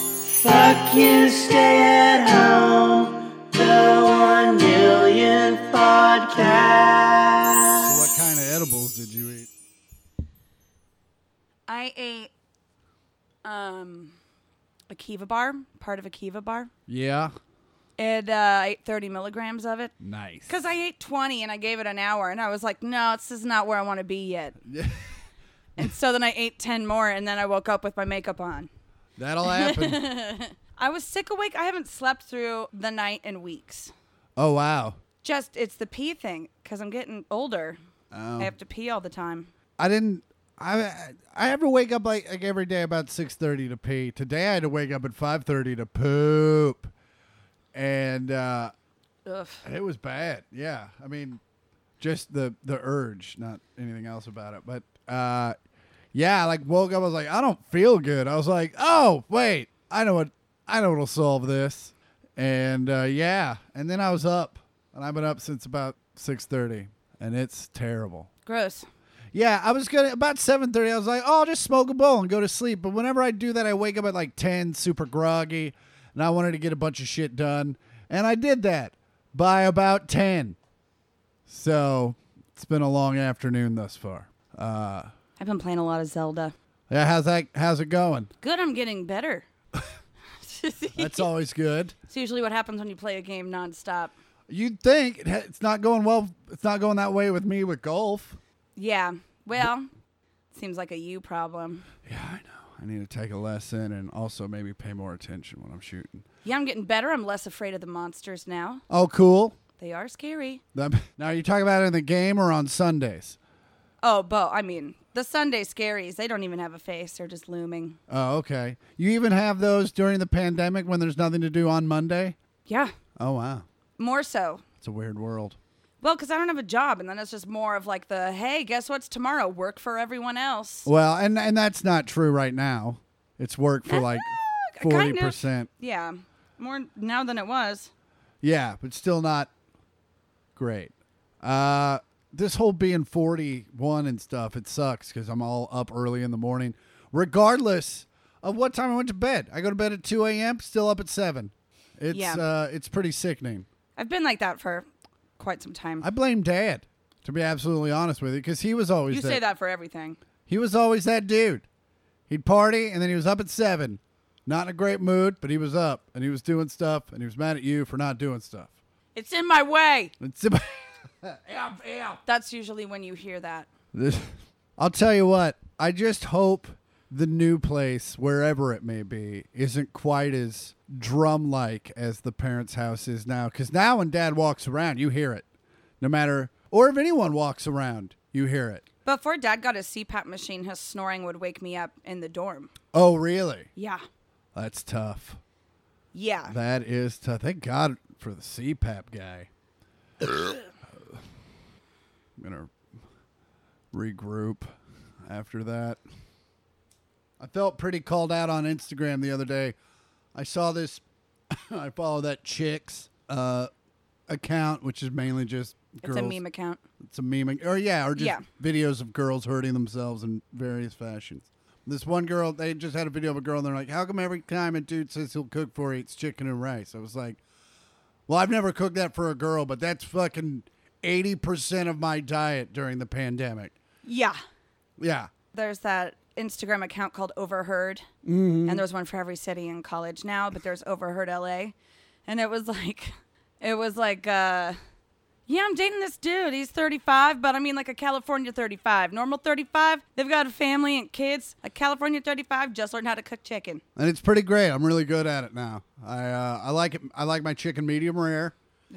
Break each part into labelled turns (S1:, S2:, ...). S1: Fuck you, stay at home. The one million podcast.
S2: What kind of edibles did you eat?
S3: I ate um a Kiva bar, part of a Kiva bar,
S2: Yeah.
S3: and uh, I ate 30 milligrams of it.
S2: Nice.
S3: Because I ate 20 and I gave it an hour, and I was like, no, this is not where I want to be yet. and so then I ate 10 more, and then I woke up with my makeup on.
S2: That'll happen.
S3: I was sick awake. I haven't slept through the night in weeks.
S2: oh wow.
S3: Just, it's the pee thing, because I'm getting older.
S2: Oh.
S3: I have to pee all the time.
S2: I didn't. I I ever wake up like, like every day about six thirty to pee. Today I had to wake up at five thirty to poop, and uh,
S3: Ugh.
S2: it was bad. Yeah, I mean, just the the urge, not anything else about it. But uh, yeah, I, like woke up, I was like, I don't feel good. I was like, oh wait, I know what I know what'll solve this. And uh, yeah, and then I was up, and I've been up since about six thirty, and it's terrible.
S3: Gross.
S2: Yeah, I was gonna about seven thirty. I was like, "Oh, I'll just smoke a bowl and go to sleep." But whenever I do that, I wake up at like ten, super groggy, and I wanted to get a bunch of shit done, and I did that by about ten. So it's been a long afternoon thus far. Uh,
S3: I've been playing a lot of Zelda.
S2: yeah, how's that? How's it going?
S3: Good, I'm getting better.
S2: That's always good.
S3: It's usually what happens when you play a game nonstop.
S2: You'd think it ha- it's not going well. It's not going that way with me with golf.
S3: Yeah. Well, seems like a you problem.
S2: Yeah, I know. I need to take a lesson and also maybe pay more attention when I'm shooting.
S3: Yeah, I'm getting better. I'm less afraid of the monsters now.
S2: Oh, cool.
S3: They are scary.
S2: That- Now, are you talking about it in the game or on Sundays?
S3: Oh, Bo, I mean, the Sunday scaries, they don't even have a face. They're just looming.
S2: Oh, okay. You even have those during the pandemic when there's nothing to do on Monday?
S3: Yeah.
S2: Oh, wow.
S3: More so.
S2: It's a weird world.
S3: Well, because I don't have a job. And then it's just more of like the, hey, guess what's tomorrow? Work for everyone else.
S2: Well, and and that's not true right now. It's work for like
S3: kind of.
S2: 40%.
S3: Yeah. More now than it was.
S2: Yeah, but still not great. Uh, this whole being 41 and stuff, it sucks because I'm all up early in the morning, regardless of what time I went to bed. I go to bed at 2 a.m., still up at 7. It's,
S3: Yeah.
S2: uh, it's pretty sickening.
S3: I've been like that for quite some time.
S2: I blame Dad, to be absolutely honest with you, because he was always
S3: you
S2: that,
S3: say that for everything.
S2: He was always that dude. He'd party and then he was up at seven, not in a great mood, but he was up and he was doing stuff and he was mad at you for not doing stuff.
S3: It's in my way.
S2: It's about-
S3: That's usually when you hear that.
S2: This- I'll tell you what. I just hope the new place, wherever it may be, isn't quite as drum like as the parents' house is now. Because now, when Dad walks around, you hear it, no matter, or if anyone walks around, you hear it.
S3: Before dad got his CPAP machine, his snoring would wake me up in the dorm.
S2: Oh, really?
S3: Yeah.
S2: That's tough.
S3: Yeah.
S2: That is tough. Thank God for the CPAP guy. I'm gonna regroup after that. I felt pretty called out on Instagram the other day. I saw this. I follow that chicks uh, account, which is mainly just
S3: it's
S2: girls.
S3: a meme account.
S2: It's a meme, or yeah, or just
S3: Yeah.
S2: videos of girls hurting themselves in various fashions. This one girl, they just had a video of a girl, and they're like, "How come every time a dude says he'll cook for, he eats chicken and rice?" I was like, "Well, I've never cooked that for a girl, but that's fucking eighty percent of my diet during the pandemic."
S3: Yeah.
S2: Yeah,
S3: There's that Instagram account called Overheard,
S2: Mm-hmm.
S3: and there's one for every city in college now, but there's Overheard LA, and it was like, it was like, uh, yeah, I'm dating this dude. He's 35, but I mean like a California 35. Normal 35, they've got a family and kids. A California 35 just learned how to cook chicken.
S2: and it's pretty great. I'm really good at it now. I uh, I like it. I like my chicken medium rare,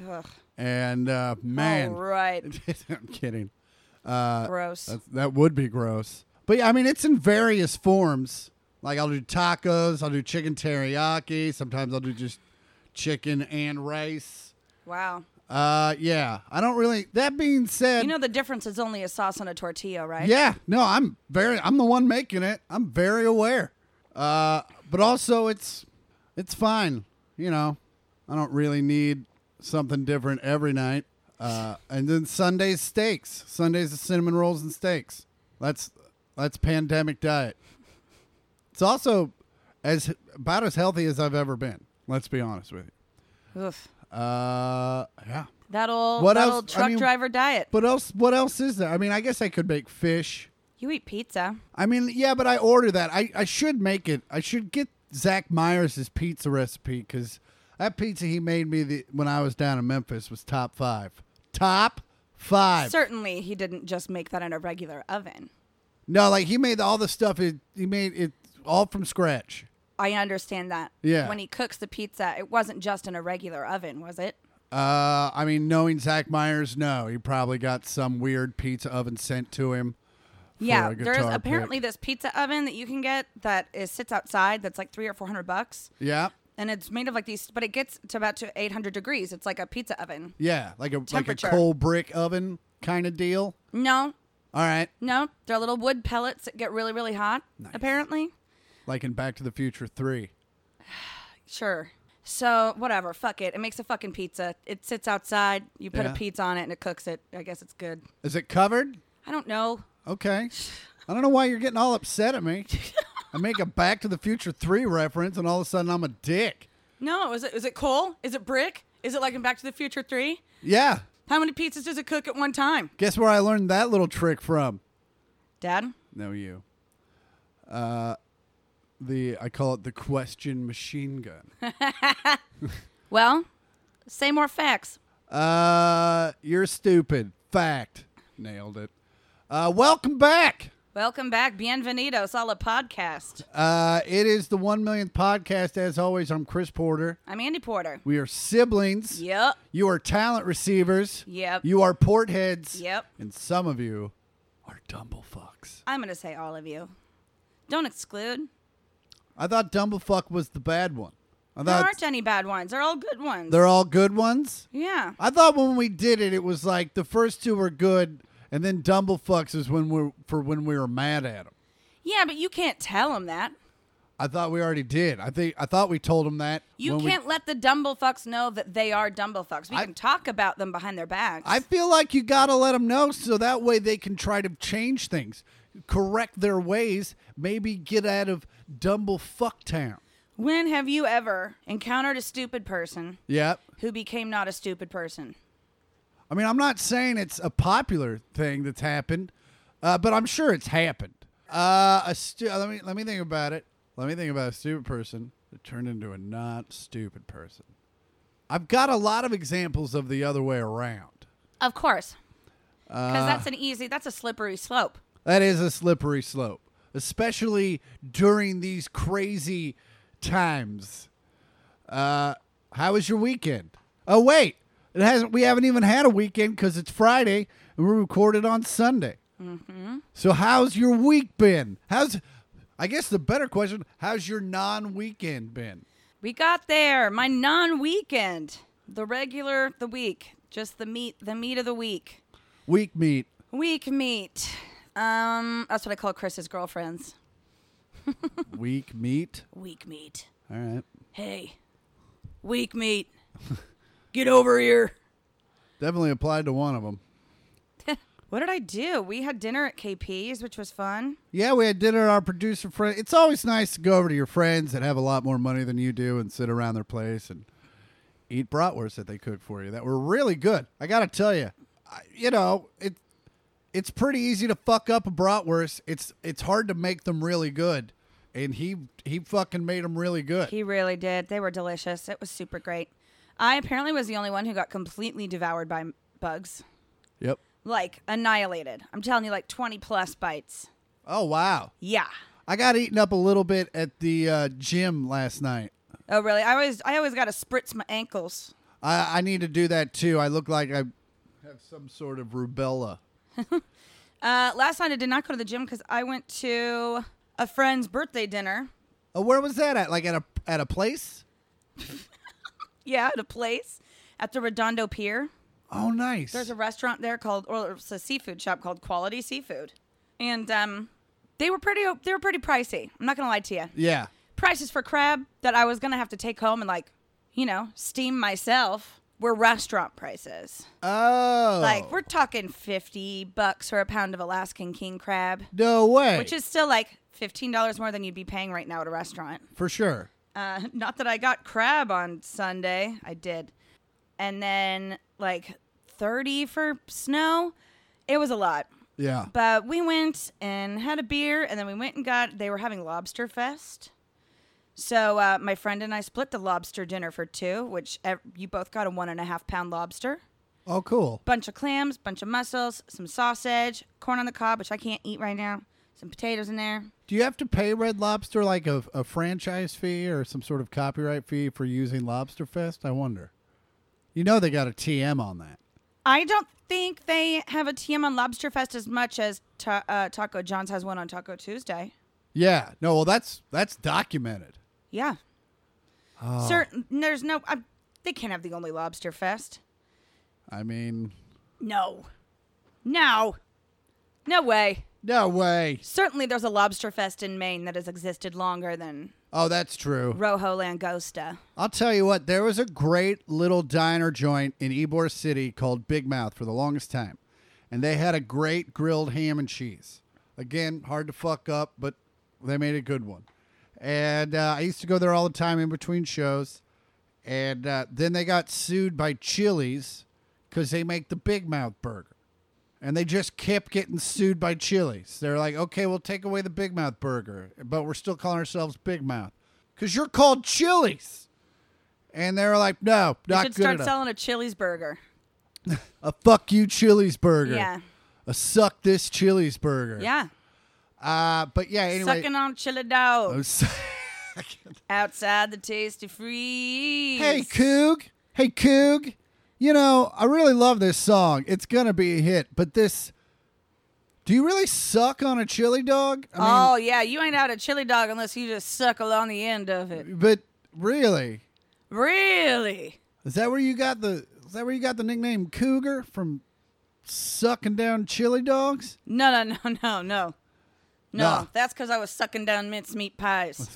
S3: Ugh.
S2: and uh, man,
S3: All right.
S2: I'm kidding.
S3: Gross.
S2: That's, that would be gross. But yeah, I mean, it's in various forms. Like I'll do tacos, I'll do chicken teriyaki. Sometimes I'll do just chicken and rice.
S3: wow.
S2: Uh, yeah. I don't really. That being said,
S3: You know the difference is only a sauce on a tortilla, right?
S2: yeah, no, I'm very. I'm the one making it. I'm very aware. Uh, but also it's it's fine. You know, I don't really need something different every night. Uh, and then Sundays steaks. Sundays is cinnamon rolls and steaks. That's that's pandemic diet. It's also as about as healthy as I've ever been. Let's be honest with you.
S3: Oof.
S2: Uh, yeah.
S3: That old,
S2: What
S3: that
S2: else-
S3: old
S2: I
S3: truck
S2: mean-
S3: driver diet.
S2: But else, what else is there? I mean, I guess I could make fish.
S3: You eat pizza.
S2: I mean, yeah, but I order that. I, I should make it. I should get Zach Myers' pizza recipe because that pizza he made me the, when I was down in Memphis was top five. Top five.
S3: Certainly, he didn't just make that in a regular oven.
S2: No, like he made all the stuff. It, he made it all from scratch.
S3: I understand that.
S2: Yeah.
S3: When he cooks the pizza, it wasn't just in a regular oven, was it?
S2: Uh, I mean, knowing Zach Myers, no, he probably got some weird pizza oven sent to him.
S3: Yeah,
S2: a
S3: there's
S2: guitar
S3: apparently this pizza oven that you can get that is sits outside that's like three or four hundred bucks,
S2: Yeah,
S3: and it's made of like these, but it gets to about to eight hundred degrees. It's like a pizza oven.
S2: yeah, like a like a
S3: Temperature.
S2: coal brick oven kind of deal.
S3: No,
S2: All right,
S3: no, they're little wood pellets that get really, really hot. Apparently,
S2: like in Back to the Future Three.
S3: sure. So whatever, fuck it. It makes a fucking pizza. It sits outside. You put
S2: Yeah.
S3: a pizza on it and it cooks it. I guess it's good.
S2: Is it covered?
S3: I don't know.
S2: Okay. I don't know why you're getting all upset at me. I make a Back to the Future Three reference, and all of a sudden I'm a dick.
S3: No, is it is it coal? Is it brick? Is it like in Back to the Future Three?
S2: Yeah.
S3: How many pizzas does it cook at one time,
S2: Guess where I learned that little trick from?
S3: Dad?
S2: No, you. Uh, the I call it the question machine gun.
S3: Well, say more facts.
S2: Uh, you're stupid. Fact. Nailed it. Uh, welcome back.
S3: Welcome back, bienvenidos, all a podcast.
S2: Uh, it is the one millionth podcast. As always, I'm Chris Porter.
S3: I'm Andy Porter.
S2: We are siblings.
S3: Yep.
S2: You are talent receivers.
S3: Yep.
S2: You are port heads.
S3: Yep.
S2: And some of you are dumblefucks.
S3: I'm gonna say all of you. Don't exclude.
S2: I thought dumblefuck was the bad one. I
S3: There
S2: thought
S3: aren't any bad ones. They're all good ones.
S2: they're all good ones.
S3: yeah.
S2: I thought when we did it, it was like the first two were good, and then dumblefucks is when we're for when we were mad at them.
S3: Yeah, but you can't tell them that.
S2: I thought we already did. I think I thought we told them that.
S3: You
S2: when we-
S3: can't let the Dumblefucks know that they are Dumblefucks. We
S2: I-
S3: can talk about them behind their backs.
S2: I feel like you gotta let them know so that way they can try to change things, correct their ways, maybe get out of dumblefuck town.
S3: when have you ever encountered a stupid person
S2: Yep.
S3: who became not a stupid person?
S2: I mean, I'm not saying it's a popular thing that's happened, uh, but I'm sure it's happened. Uh, a stu- let me let me think about it. Let me think about a stupid person that turned into a not stupid person. I've got a lot of examples of the other way around.
S3: Of course.
S2: Uh,
S3: Because that's an easy, that's a slippery slope.
S2: That is a slippery slope, especially during these crazy times. Uh, how was your weekend? Oh wait, it hasn't. We haven't even had a weekend because it's Friday and we recorded on Sunday. So how's your week been? How's I guess the better question: How's your non-weekend been?
S3: We got there. My non-weekend, the regular, the week, just the meat, the meat of the week.
S2: Week meet.
S3: Week meat. Um, that's what I call Chris's girlfriends.
S2: Week meet.
S3: Week meat.
S2: All right.
S3: Hey, week meat. Get over here.
S2: Definitely applied to one of them.
S3: What did I do? We had dinner at KP's, which was fun.
S2: Yeah, we had dinner at our producer friend. It's always nice to go over to your friends that have a lot more money than you do and sit around their place and eat bratwurst that they cook for you that were really good. I gotta tell you, I, you know it. It's pretty easy to fuck up a bratwurst. It's it's hard to make them really good, and he he fucking made them really good.
S3: He really did. They were delicious. It was super great. I apparently was the only one who got completely devoured by m- bugs.
S2: yep.
S3: Like annihilated. I'm telling you, like 20 plus bites.
S2: Oh wow,
S3: Yeah.
S2: I got eaten up a little bit at the uh, gym last night.
S3: Oh really? I always I always gotta spritz my ankles.
S2: I I need to do that too. I look like I have some sort of rubella.
S3: Uh, last night I did not go to the gym because I went to a friend's birthday dinner.
S2: Oh, where was that at? Like at a at a place?
S3: Yeah, at a place at the Redondo Pier.
S2: Oh, nice.
S3: There's a restaurant there called, or it's a seafood shop called Quality Seafood, and um, they were pretty they were pretty pricey. I'm not gonna lie to you.
S2: yeah.
S3: Prices for crab that I was gonna have to take home and like, you know, steam myself were restaurant prices.
S2: Oh,
S3: Like we're talking 50 bucks for a pound of Alaskan king crab,
S2: no way,
S3: which is still like $15 more than you'd be paying right now at a restaurant.
S2: for sure.
S3: Uh, not that I got crab on Sunday. I did. And then like 30 for snow. It was a lot.
S2: Yeah,
S3: But we went and had a beer, and then we went and got, they were having Lobster Fest. So uh, my friend and I split the lobster dinner for two, which ev- you both got a one and a half pound lobster,
S2: oh, cool.
S3: bunch of clams, bunch of mussels, some sausage, corn on the cob, which I can't eat right now, some potatoes in there.
S2: Do you have to pay Red Lobster like a, a franchise fee or some sort of copyright fee for using Lobster Fest? I wonder. You know they got a TM on that.
S3: I don't think they have a TM on Lobster Fest as much as ta- uh, Taco John's has one on Taco Tuesday.
S2: Yeah. No. Well, that's that's documented.
S3: Yeah.
S2: Oh.
S3: Certain, there's no, I, they can't have the only Lobster Fest.
S2: I mean,
S3: No. No. No way.
S2: no way.
S3: Certainly there's a lobster fest in Maine that has existed longer than
S2: Oh, that's true.
S3: Rojo Langosta.
S2: I'll tell you what, there was a great little diner joint in Ybor City called Big Mouth for the longest time. And they had a great grilled ham and cheese. Again, hard to fuck up, but they made a good one. And uh, I used to go there all the time in between shows. And uh, then they got sued by Chili's because they make the Big Mouth burger. And they just kept getting sued by Chili's. They're like, okay, we'll take away the Big Mouth burger, but we're still calling ourselves Big Mouth because you're called Chili's. And they're like, no,
S3: You
S2: not
S3: should
S2: good
S3: start
S2: enough.
S3: selling a Chili's burger.
S2: a fuck you Chili's burger.
S3: Yeah.
S2: A suck this Chili's burger.
S3: Yeah.
S2: Uh, but yeah, anyway.
S3: Sucking on chili dog
S2: I'm so-
S3: outside the tasty freeze.
S2: hey, Coog. Hey, Coog. You know, I really love this song. It's going to be a hit, but this. Do you really suck on a chili dog? I mean,
S3: oh yeah, you ain't out a chili dog unless you just suck along the end of it.
S2: But really,
S3: Really?
S2: Is that where you got the is that where you got the nickname Cougar from sucking down chili dogs?
S3: No, no, no, no, no. No,
S2: Nah.
S3: that's because I was sucking down mincemeat pies.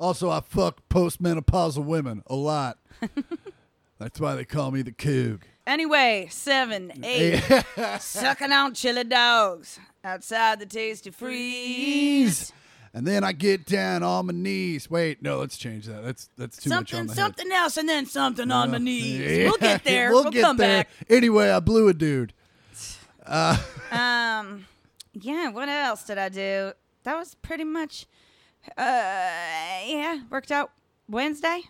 S2: Also, I fuck postmenopausal women a lot. That's why they call me the Coog.
S3: Anyway, seven, eight, sucking on chili dogs outside the tasty freeze.
S2: And then I get down on my knees. Wait, no, let's change that. That's that's too much on
S3: Something,
S2: the
S3: something else, and then something on my knees.
S2: head. Yeah,
S3: We'll get there.
S2: we'll
S3: We'll,
S2: get
S3: come
S2: there. Anyway, I blew a dude.
S3: back. Um, yeah. What else did I do? That was pretty much. Uh, yeah, worked out Wednesday.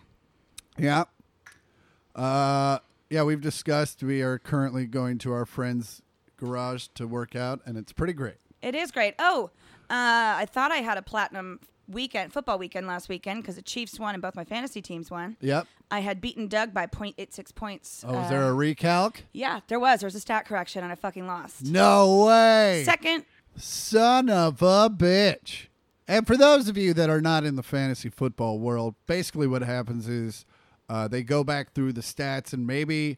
S2: Yeah. Uh, yeah, we've discussed we are currently going to our friend's garage to work out, and it's pretty great.
S3: It is great. Oh, uh, I thought I had a platinum weekend, football weekend last weekend because the Chiefs won and both my fantasy teams won.
S2: Yep.
S3: I had beaten Doug by 0.86 points.
S2: Oh, is
S3: uh,
S2: there a recalc?
S3: Yeah, there was. There was a stat correction, and I fucking lost.
S2: No way.
S3: Second,
S2: Son of a bitch. And for those of you that are not in the fantasy football world, basically what happens is uh, they go back through the stats and maybe,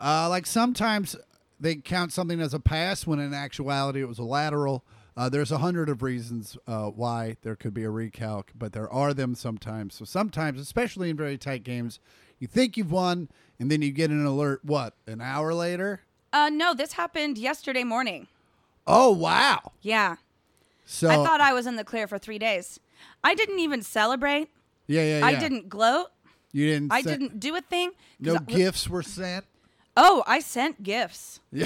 S2: uh, like sometimes they count something as a pass when in actuality it was a lateral. Uh, there's a hundred of reasons uh, why there could be a recalc, but there are them sometimes. So sometimes, especially in very tight games, you think you've won, and then you get an alert. What an hour later?
S3: uh, no, this happened yesterday morning.
S2: Oh wow!
S3: Yeah,
S2: So
S3: I thought I was in the clear for three days. I didn't even celebrate.
S2: Yeah, yeah, yeah.
S3: I didn't gloat.
S2: You didn't.
S3: I
S2: send-
S3: didn't do a thing.
S2: No
S3: 'cause I-
S2: gifts were sent.
S3: Oh, I sent gifts.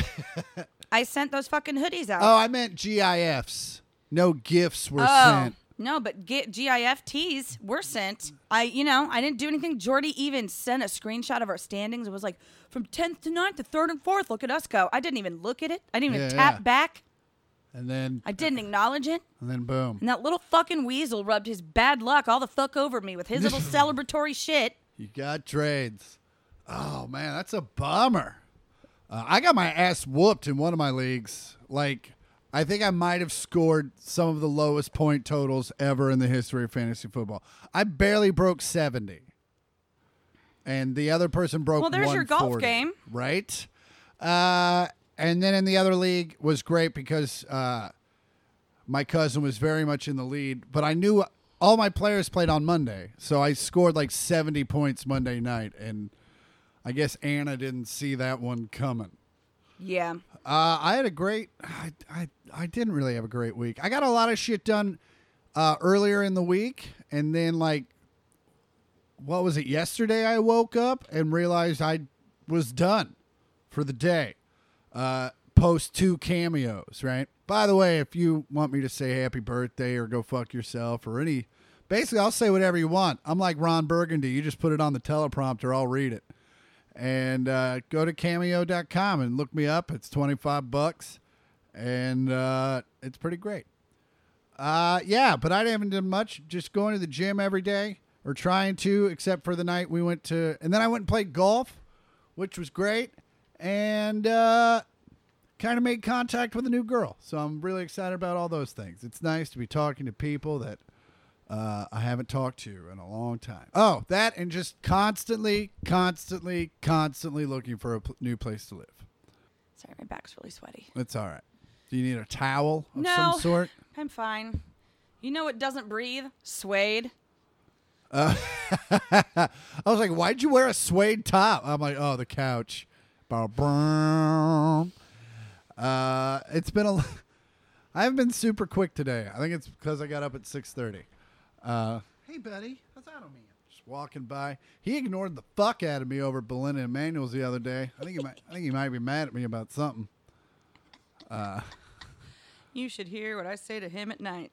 S3: I sent those fucking hoodies out.
S2: Oh, I meant GIFs. No gifts were
S3: Oh,
S2: sent.
S3: no, but G- GIFTs were sent. I, you know, I didn't do anything. Jordy even sent a screenshot of our standings. It was like from 10th to 9th to 3rd and 4th. Look at us go. I didn't even look at it. I didn't even
S2: Yeah,
S3: tap
S2: yeah.
S3: back.
S2: And then,
S3: I didn't acknowledge it.
S2: and then, boom,
S3: And that little fucking weasel rubbed his bad luck all the fuck over me with his little celebratory shit.
S2: you got trades. Oh man, that's a bummer. Uh, I got my ass whooped in one of my leagues. Like, I think I might have scored some of the lowest point totals ever in the history of fantasy football. I barely broke seventy, and the other person broke.
S3: Well, there's your golf
S2: 140,
S3: game.
S2: right? Uh, and then in the other league was great because uh, my cousin was very much in the lead, but I knew all my players played on Monday, so I scored like seventy points Monday night, and I guess Anna didn't see that one coming.
S3: Yeah.
S2: Uh, I had a great. I, I I didn't really have a great week. I got a lot of shit done uh, earlier in the week, and then like, what was it? Yesterday, I woke up and realized I was done for the day. Uh, post two cameos, right? By the way, if you want me to say happy birthday or go fuck yourself or any, basically, I'll say whatever you want. I'm like Ron Burgundy. You just put it on the teleprompter. I'll read it and uh, go to cameo.com and look me up. It's 25 bucks and uh, it's pretty great. Uh, yeah, but I haven't done much. Just going to the gym every day or trying to, except for the night we went to, and then I went and played golf, which was great, and uh, kind of made contact with a new girl. So I'm really excited about all those things. It's nice to be talking to people that uh, I haven't talked to in a long time. Oh, that and just constantly, constantly, constantly looking for a pl- new place to live.
S3: Sorry, my back's really sweaty.
S2: That's all right. Do you need a towel of
S3: No.
S2: some sort?
S3: I'm fine. You know what doesn't breathe? Suede.
S2: I was like, why'd you wear a suede top? I'm like, oh, the couch. Ba-brum. Uh, it's been a. l- I haven't been super quick today. I think it's because I got up at six thirty. Uh, hey, buddy, how's that on me? Just walking by. He ignored the fuck out of me over at Belinda and Manuel's the other day. I think he might. I think he might be mad at me about something.
S3: You should hear what I say to him at night.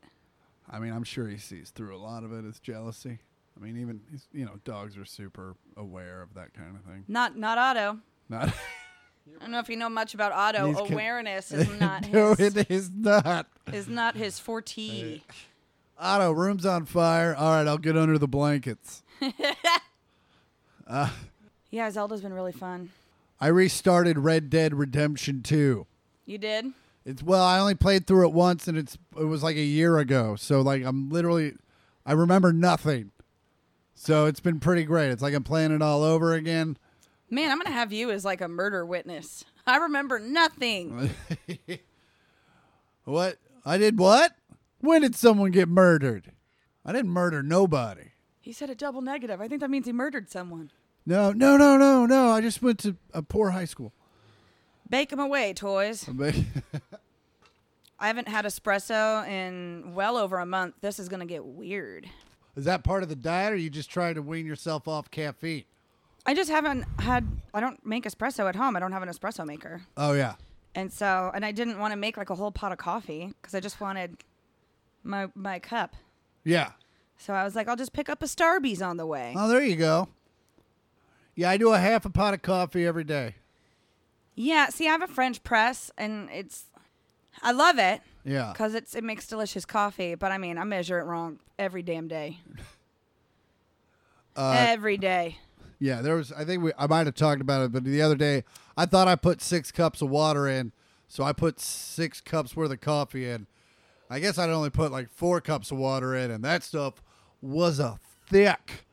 S2: I mean, I'm sure he sees through a lot of it as jealousy. I mean, even he's- you know, dogs are super aware of that kind of thing.
S3: Not not Otto.
S2: Not.
S3: I don't know if you know much about Otto.
S2: He's con-
S3: Awareness is not
S2: no,
S3: his
S2: it is not.
S3: is not his forte.
S2: Otto, room's on fire. All right, I'll get under the blankets.
S3: Yeah, Zelda's been really fun.
S2: I restarted Red Dead Redemption 2.
S3: You did?
S2: It's well, I only played through it once and it's it was like a year ago. So like I'm literally I remember nothing. So it's been pretty great. It's like I'm playing it all over again.
S3: Man, I'm gonna have you as like a murder witness. I remember nothing.
S2: What? I did what? When did someone get murdered? I didn't murder nobody.
S3: He said a double negative. I think that means he murdered someone.
S2: No, no, no, no, no. I just went to a poor high school.
S3: Bake them away, toys. I haven't had espresso in well over a month. This is gonna get weird.
S2: Is that part of the diet, or you just trying to wean yourself off caffeine?
S3: I just haven't had. I don't make espresso at home. I don't have an espresso maker,
S2: Oh yeah,
S3: and so and I didn't want to make like a whole pot of coffee because I just wanted my my cup.
S2: yeah.
S3: So I was like, I'll just pick up a Starbucks on the way.
S2: Oh, there you go. Yeah, I do a half a pot of coffee every day.
S3: Yeah, see, I have a French press, and it's I love it
S2: Yeah,
S3: because it's it makes delicious coffee. But I mean, I measure it wrong every damn day. every day.
S2: yeah. There was. I think we. I might have talked about it, but the other day I thought I put six cups of water in, so I put six cups worth of coffee in. I guess I'd only put like four cups of water in, and that stuff was a thick.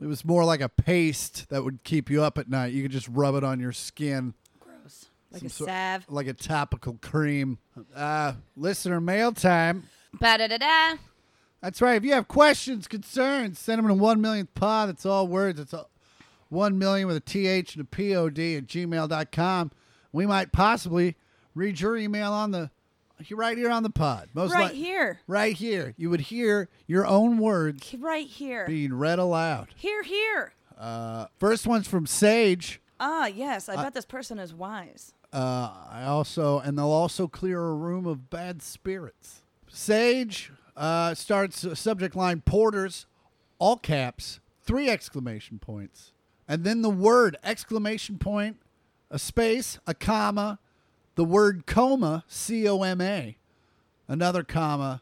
S2: It was more like a paste that would keep you up at night. You could just rub it on your skin.
S3: Gross. Like a
S2: sort-
S3: salve.
S2: like a topical cream. Uh, listener mail time.
S3: Ba da da da.
S2: That's right. If you have questions, concerns, send them to one millionth pod. That's all words. It's all, one million with a th and a pod at gmail.com. We might possibly read your email on the right here on the pod. Most
S3: Right
S2: li-
S3: here.
S2: Right here. You would hear your own words
S3: Right here.
S2: being read aloud.
S3: Here, here.
S2: Uh, first one's from Sage.
S3: Ah, yes. I bet this person is wise.
S2: Uh, I also, and they'll also clear a room of bad spirits. Sage uh, starts a subject line Porters, all caps, three exclamation points, and then the word exclamation point, a space, a comma, the word coma, C O M A, another comma,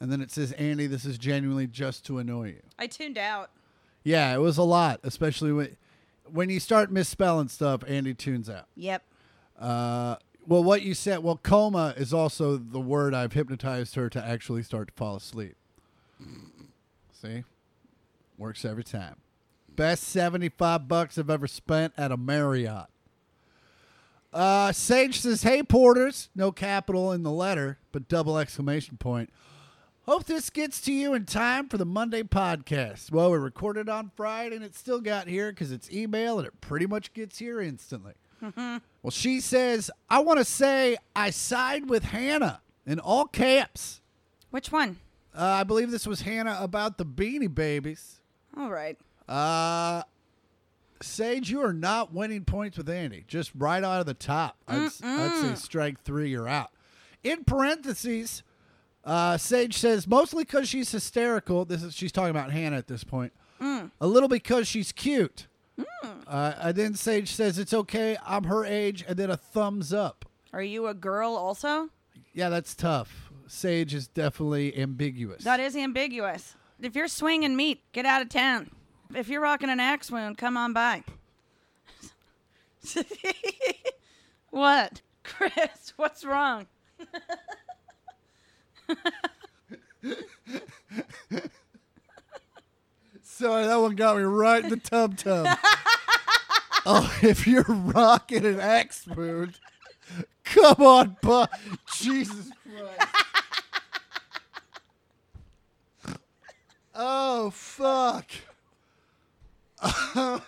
S2: and then it says, Andy, this is genuinely just to annoy you.
S3: I tuned out.
S2: Yeah, it was a lot, especially when, when you start misspelling stuff, Andy tunes out.
S3: Yep.
S2: Uh, well, what you said, well, coma is also the word I've hypnotized her to actually start to fall asleep. See? Works every time. Best 75 bucks I've ever spent at a Marriott. Uh, Sage says, Hey, Porters. No capital in the letter, but double exclamation point. Hope this gets to you in time for the Monday podcast. Well, we recorded on Friday and it still got here because it's email and it pretty much gets here instantly. well, she says, I want to say I side with Hannah in all caps.
S3: Which one?
S2: Uh, I believe this was Hannah about the beanie babies.
S3: All right.
S2: Uh, Sage, you are not winning points with Andy. Just right out of the top. I'd, I'd say strike three, you're out. In parentheses, uh, Sage says mostly because she's hysterical. This is she's talking about Hannah at this point. A little because she's cute. Uh, and then Sage says it's okay. I'm her age, and then a thumbs up.
S3: Are you a girl also?
S2: Yeah, that's tough. Sage is definitely ambiguous.
S3: That is ambiguous. If you're swinging meat, get out of town. If you're rocking an axe wound, come on by. what? Chris, what's wrong?
S2: Sorry, that one got me right in the tub tub. oh, if you're rocking an axe wound, come on, bu- Jesus Christ. oh, fuck. Uh.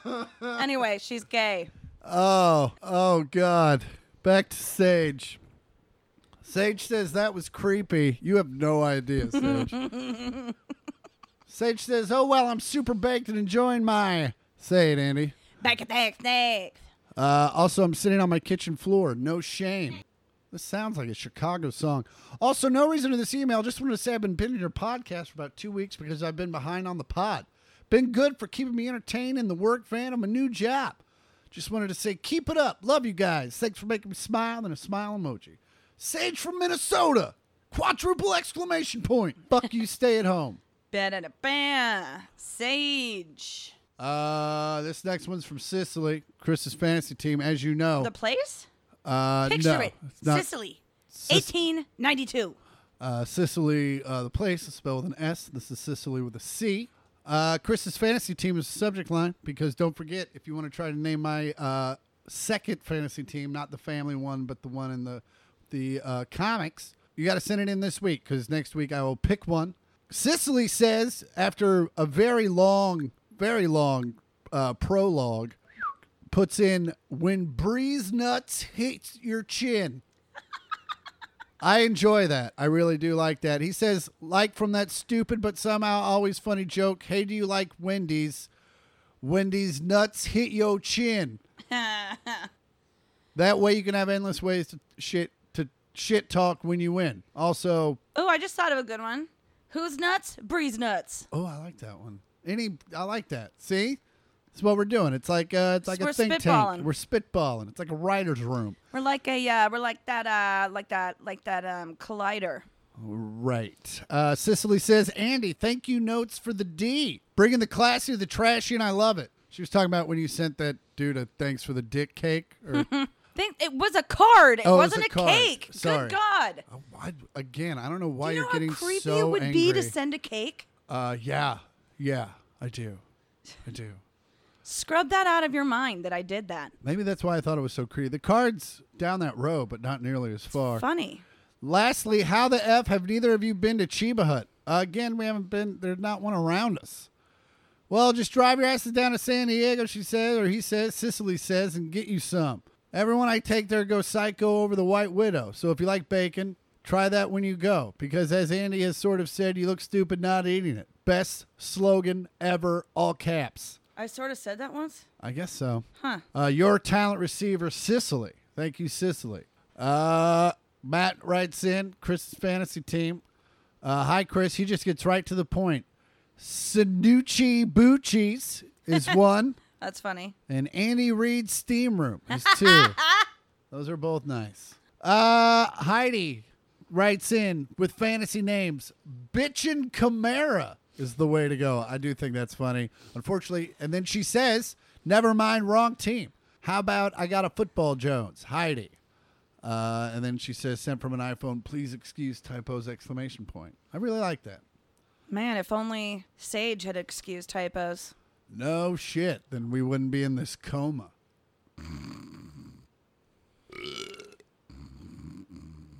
S3: Anyway, she's gay.
S2: Oh, oh, God. Back to Sage. Sage says that was creepy. You have no idea, Sage. Sage says, oh, well, I'm super baked and enjoying my. Say it, Andy.
S3: Back at the next.
S2: Uh, also, I'm sitting on my kitchen floor. No shame. This sounds like a Chicago song. Also, no reason to this email. Just wanted to say I've been binging your podcast for about two weeks because I've been behind on the pod. Been good for keeping me entertained in the work van of a new job. Just wanted to say, keep it up. Love you guys. Thanks for making me smile and a smile emoji. Sage from Minnesota. Quadruple exclamation point. Fuck you, stay at home.
S3: Ba-da-da-ba. Sage.
S2: Uh, this next one's from Sicily. Chris's fantasy team, as you know.
S3: The place?
S2: uh,
S3: Picture
S2: no,
S3: it.
S2: it's not-
S3: Sicily. 1892.
S2: Uh, Sicily, uh, the place is spelled with an S. This is Sicily with a C. Uh, Chris's fantasy team is the subject line because don't forget if you want to try to name my uh, second fantasy team, not the family one, but the one in the the uh, comics, you got to send it in this week because next week I will pick one. Sicily says after a very long, very long uh, prologue, puts in when breeze nuts hits your chin. I enjoy that. I really do like that. He says, like from that stupid but somehow always funny joke, hey, do you like Wendy's? Wendy's nuts hit your chin. that way you can have endless ways to shit to shit talk when you win. Also,
S3: Oh, I just thought of a good one. Who's nuts? Breeze nuts.
S2: oh, I like that one. Any I like that. See? That's what we're doing. It's like uh it's like
S3: We're
S2: a think
S3: spitballing.
S2: tank. We're spitballing. It's like a writer's room.
S3: We're like a uh, we're like that uh like that like that um collider.
S2: Right. Uh, Cicely says, Andy, thank you notes for the D. Bringing the classy to the trashy, and I love it. She was talking about when you sent that dude a thanks for the dick cake. Or,
S3: Think it was a card. It
S2: Oh, it was
S3: wasn't
S2: a
S3: a,
S2: card.
S3: cake.
S2: Sorry.
S3: Good God.
S2: Oh, why- again, I don't know why
S3: you know
S2: are
S3: how
S2: getting
S3: creepy
S2: so
S3: it would
S2: angry.
S3: be to send a cake?
S2: uh, yeah, yeah, I do, I do.
S3: Scrub that out of your mind that I did that.
S2: Maybe that's why I thought it was so creepy. The cards down that row, but not nearly as far.
S3: Funny.
S2: Lastly, how the F have neither of you been to Chiba Hut? Uh, again, we haven't been, there's not one around us. Well, just drive your asses down to San Diego, she says, or he says, Sicily says, and get you some. Everyone I take there goes psycho over the White Widow. So if you like bacon, try that when you go. Because as Andy has sort of said, you look stupid not eating it. Best slogan ever, all caps.
S3: I sort of said that once.
S2: I guess so.
S3: Huh.
S2: Uh, your talent receiver, Sicily. Thank you, Sicily. Uh, Matt writes in Chris's fantasy team. Uh, hi, Chris. He just gets right to the point. Sanucci Bucci's is one,
S3: That's funny.
S2: and Andy Reid's Steam Room is two. Those are both nice. Uh, Heidi writes in with fantasy names. Bitchin' Chimera is the way to go. I do think that's funny. Unfortunately, and then she says, never mind, wrong team. How about I got a football Jones, Heidi? Uh, and then she says, sent from an iPhone, please excuse typos, exclamation point. I really like that.
S3: Man, if only Sage had excused typos.
S2: No shit, then we wouldn't be in this coma.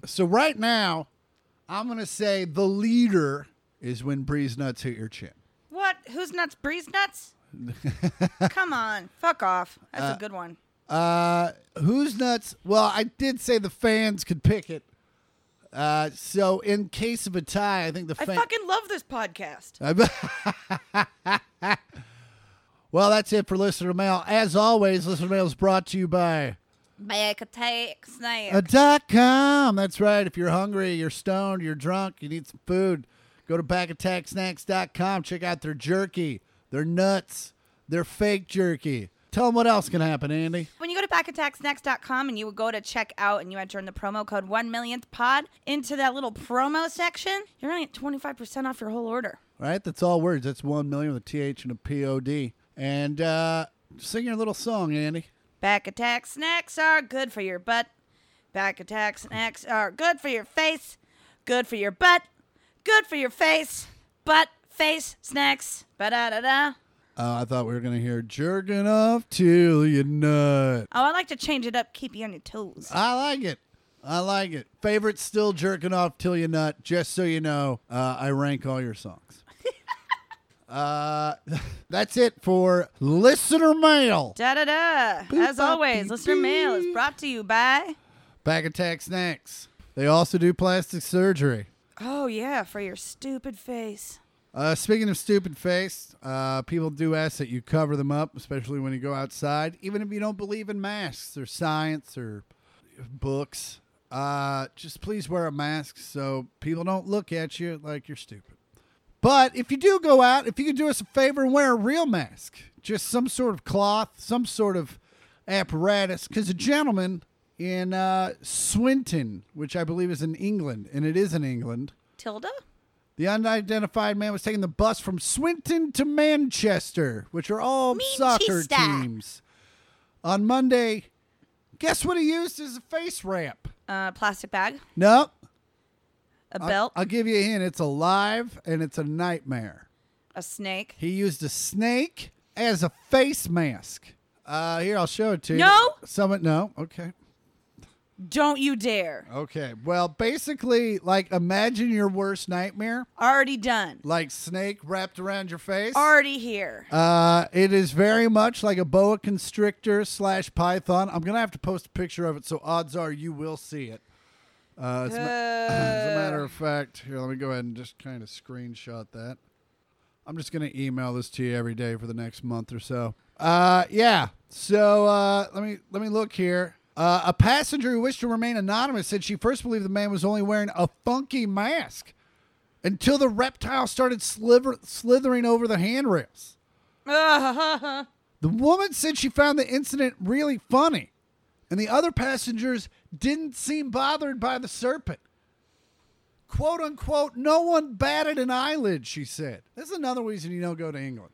S2: So right now, I'm gonna say the leader is when breeze nuts hit your chin.
S3: What? Who's nuts? Breeze nuts? Come on. Fuck off. That's a good one.
S2: Uh, who's nuts? Well, I did say the fans could pick it. Uh, so in case of a tie, I think the
S3: I
S2: fans.
S3: fucking love this podcast.
S2: well, that's it for listener mail. As always, listener mail is brought to you by
S3: Make a take snake.
S2: a dot com. That's right. If you're hungry, you're stoned, you're drunk, you need some food, go to backattacksnacks.com. Check out their jerky, their nuts, their fake jerky. Tell them what else can happen, Andy.
S3: when you go to backattacksnacks.com and you would go to check out and you enter in the promo code 1 millionth pod into that little promo section, you're going to get 25% off your whole order.
S2: Right? That's all words. That's one million with a TH and a POD. And uh, sing your little song, Andy.
S3: Back attack snacks are good for your butt. Back attack snacks are good for your face. Good for your butt. Good for your face. Butt, face, snacks. Ba da da da.
S2: Uh, I thought we were going to hear jerking off till you nut.
S3: Oh, I like to change it up, keep you on your toes.
S2: I like it. I like it. Favorite still jerking off till you nut. Just so you know, uh, I rank all your songs. uh, that's it for listener mail.
S3: Da da da. As always, listener mail is brought to you by.
S2: Back attack snacks. They also do plastic surgery.
S3: Oh, yeah, for your stupid face.
S2: Uh, speaking of stupid face, uh, people do ask that you cover them up, especially when you go outside, even if you don't believe in masks or science or books. Uh, just please wear a mask so people don't look at you like you're stupid. But if you do go out, if you could do us a favor and wear a real mask, just some sort of cloth, some sort of apparatus, because a gentleman in uh, Swinton, which I believe is in England, and it is in England.
S3: Tilda?
S2: The unidentified man was taking the bus from Swinton to Manchester, which are all soccer
S3: Manchester.
S2: teams. On Monday, guess what he used as a face wrap?
S3: Uh, plastic bag,
S2: No,
S3: a
S2: I-
S3: belt,
S2: I'll give you a hint. It's alive and it's a nightmare.
S3: a snake.
S2: He used a snake as a face mask. Uh, here, I'll show it to you.
S3: No.
S2: Someone, no. Okay.
S3: Don't you dare.
S2: Okay. Well, basically, like, imagine your worst nightmare,
S3: Already done.
S2: like snake wrapped around your face.
S3: Already here.
S2: Uh, it is very much like a boa constrictor slash python. I'm gonna have to post a picture of it, so odds are you will see it. Uh, as, a ma- as a
S3: Uh,
S2: matter of fact, here let me go ahead and just kind of screenshot that. I'm just gonna email this to you every day for the next month or so. Uh, yeah. So uh, let me let me look here. Uh, a passenger who wished to remain anonymous said she first believed the man was only wearing a funky mask until the reptile started sliver- slithering over the handrails. The woman said she found the incident really funny, and the other passengers didn't seem bothered by the serpent. Quote unquote, no one batted an eyelid, she said. That's another reason you don't go to England.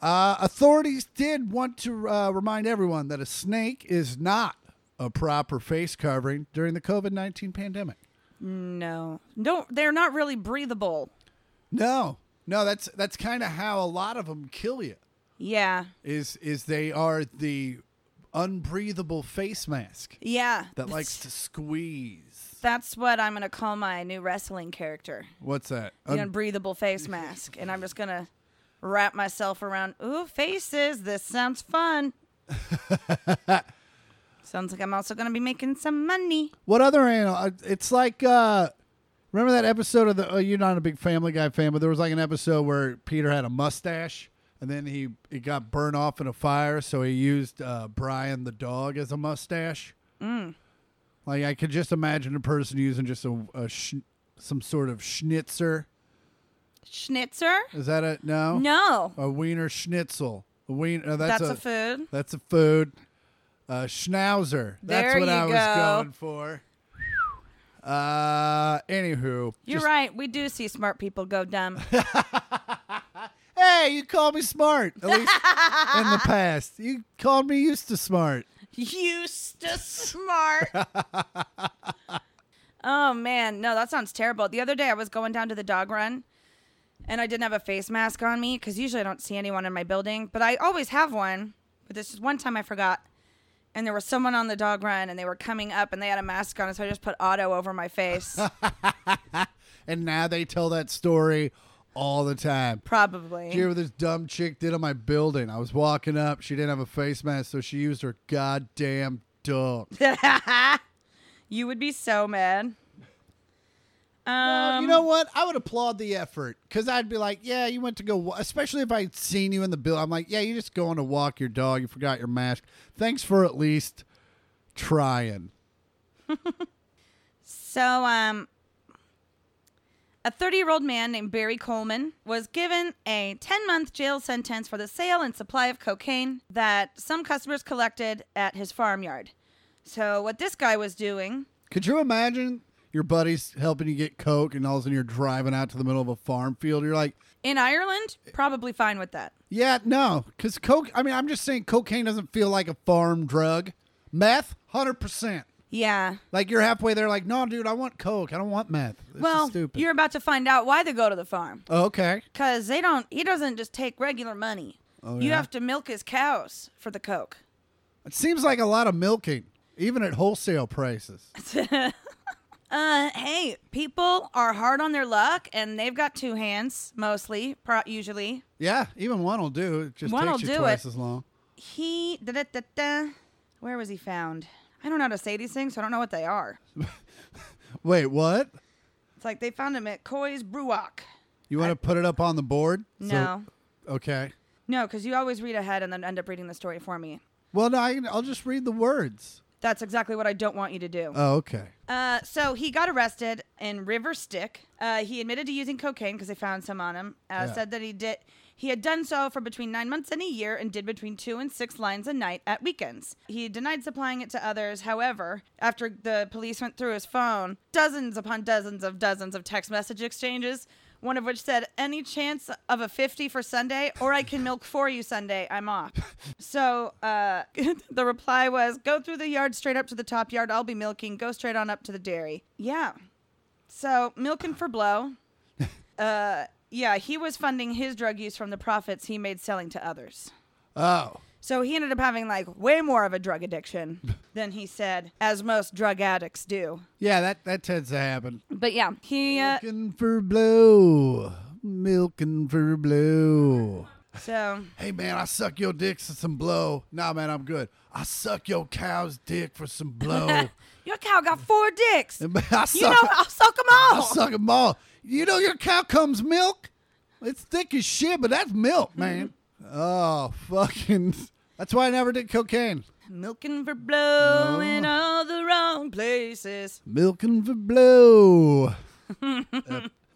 S2: Uh, authorities did want to uh, remind everyone that a snake is not a proper face covering during the COVID 19 pandemic.
S3: no. No, they're not really breathable.
S2: No, no, that's, that's kind of how a lot of them kill you.
S3: Yeah.
S2: is is they are the unbreathable face mask
S3: Yeah.
S2: that likes to squeeze.
S3: That's what I'm going to call my new wrestling character.
S2: What's that?
S3: The
S2: Un-
S3: unbreathable face mask. And I'm just going to wrap myself around. Ooh, faces. This sounds fun. sounds like I'm also going to be making some money.
S2: what other animal? uh, It's like uh, remember that episode of the. Oh, you're not a big Family Guy fan, but there was like an episode where Peter had a mustache. And then he it got burnt off in a fire, so he used uh, Brian the dog as a mustache.
S3: Mm.
S2: Like I could just imagine a person using just a, a sh- some sort of schnitzer.
S3: Schnitzer?
S2: Is that a no?
S3: No.
S2: A wiener schnitzel. A wiener. uh, that's,
S3: That's, a, food.
S2: That's a food. Uh, schnauzer. That's
S3: There
S2: what
S3: you
S2: I was
S3: go.
S2: going for. Uh, anywho,
S3: You're
S2: just-
S3: right. We do see smart people go dumb.
S2: Hey, you called me smart. At least in the past, you called me used to smart.
S3: used to smart. oh man, no, that sounds terrible. The other day I was going down to the dog run and I didn't have a face mask on me because usually I don't see anyone in my building, but I always have one. But this is one time I forgot. and there was someone on the dog run and they were coming up and they had a mask on, so I just put auto over my face.
S2: And now they tell that story all the time.
S3: Probably.
S2: Did you hear what this dumb chick did on my building? I was walking up. She didn't have a face mask, so she used her goddamn dog.
S3: you would be so mad. Um,
S2: you know what? I would applaud the effort because I'd be like, yeah, you went to go, wa-" especially if I'd seen you in the bill. I'm like, yeah, you're just going to walk your dog. You forgot your mask. Thanks for at least trying.
S3: So, um, a 30 year old man named Barry Coleman was given a 10 month jail sentence for the sale and supply of cocaine that some customers collected at his farmyard. So, what this guy was doing,
S2: Could you imagine your buddies helping you get coke and all of a sudden you're driving out to the middle of a farm field? You're like,
S3: in Ireland, probably fine with that.
S2: yeah, no, because coke, I mean, I'm just saying cocaine doesn't feel like a farm drug. Meth, 100%.
S3: Yeah.
S2: Like you're halfway there, like, no, dude, I want coke. I don't want meth. This
S3: well,
S2: is stupid.
S3: you're about to find out why they go to the farm.
S2: oh, okay.
S3: Because they don't, he doesn't just take regular money.
S2: Oh,
S3: You
S2: yeah?
S3: have to milk his cows for the coke.
S2: It seems like a lot of milking, even at wholesale prices.
S3: Uh, hey, people are hard on their luck, and they've got two hands mostly, pro- usually.
S2: Yeah, even one will do. It just
S3: One
S2: takes
S3: will
S2: you
S3: do
S2: twice
S3: it.
S2: as long.
S3: He, da, da, da, da. where was he found? I don't know how to say these things, so I don't know what they are.
S2: Wait, what?
S3: It's like they found him at Coy's Brewock.
S2: You want to put it up on the board? So-
S3: No,
S2: okay.
S3: no, because you always read ahead and then end up reading the story for me.
S2: Well, no, I, I'll just read the words.
S3: That's exactly what I don't want you to do.
S2: Oh, okay.
S3: Uh, so he got arrested in River Stick. Uh, he admitted to using cocaine because they found some on him. Uh,
S2: Yeah.
S3: Said that he did. He had done so for between nine months and a year, and did between two and six lines a night at weekends. He denied supplying it to others. However, after the police went through his phone, dozens upon dozens of dozens of text message exchanges. One of which said, "Any chance of a fifty for Sunday, or I can milk for you Sunday. I'm off." So uh, the reply was, "Go through the yard straight up to the top yard. I'll be milking. Go straight on up to the dairy." Yeah. So milking for blow. Uh, yeah, he was funding his drug use from the profits he made selling to others.
S2: Oh,
S3: So he ended up having like way more of a drug addiction than he said, as most drug addicts do.
S2: yeah, that, that tends to happen.
S3: But yeah, he uh,
S2: Milking for blue. Milking for blue.
S3: so
S2: Hey, man, I suck your dick for some blow. Nah, man, I'm good. I suck your cow's dick for some blow.
S3: your cow got four dicks.
S2: I Oh. suck.
S3: You know, I'll suck them all.
S2: I suck 'em all. You know your cow comes milk. It's thick as shit, but that's milk, man. oh, fucking. That's why I never did cocaine.
S3: Milking for blow in all the wrong places.
S2: Milking for blow. Uh,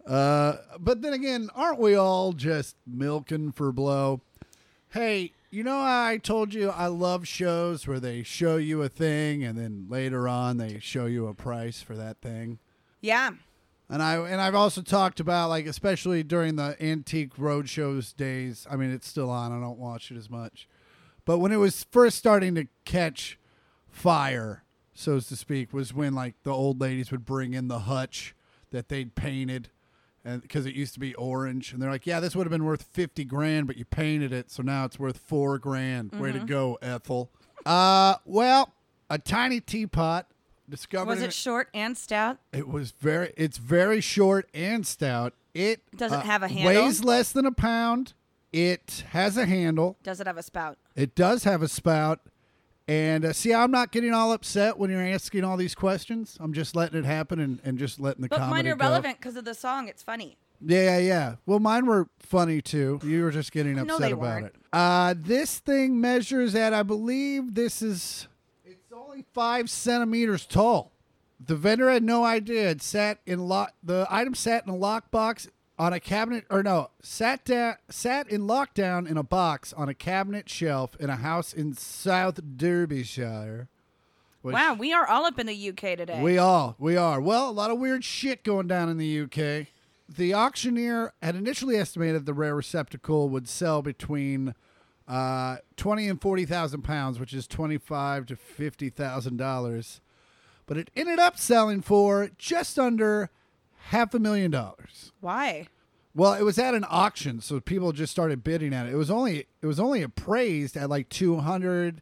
S2: uh, but then again, aren't we all just milking for blow? Hey, you know how I told you I love shows where they show you a thing and then later on they show you a price for that thing.
S3: Yeah.
S2: And I and I've also talked about like especially during the antique roadshows days. I mean, it's still on. I don't watch it as much, but when it was first starting to catch fire, so as to speak, was when like the old ladies would bring in the hutch that they'd painted, and because it used to be orange, and they're like, "Yeah, this would have been worth fifty grand, but you painted it, so now it's worth four grand. Way
S3: Mm-hmm.
S2: to go, Ethel." Uh, well, a tiny teapot discovered.
S3: Was
S2: in
S3: it
S2: a-
S3: short and stout?
S2: it was very. It's very short and stout. It uh,
S3: Does it have a handle?
S2: Weighs less than a pound. It has a handle.
S3: Does it have a spout?
S2: It does have a spout. And uh, see, I'm not getting all upset when you're asking all these questions. I'm just letting it happen and, and just letting the
S3: But
S2: comedy
S3: mine are
S2: go.
S3: relevant because of the song. It's funny.
S2: Yeah, yeah, yeah. Well, mine were funny too. You were just getting upset
S3: No, they
S2: about
S3: weren't.
S2: it. Uh, this thing measures at, I believe, this is. It's only five centimeters tall. The vendor had no idea. It sat in lock. The item sat in a lockbox on a cabinet, or no, sat down, sat in lockdown in a box on a cabinet shelf in a house in South Derbyshire. which-
S3: Wow, we are all up in the UK today.
S2: we all we are. Well, a lot of weird shit going down in the UK. The auctioneer had initially estimated the rare receptacle would sell between uh, twenty and forty thousand pounds, which is twenty-five to fifty thousand dollars, but it ended up selling for just under half a million dollars.
S3: Why?
S2: Well, it was at an auction, so people just started bidding at it. It was only it was only appraised at like two hundred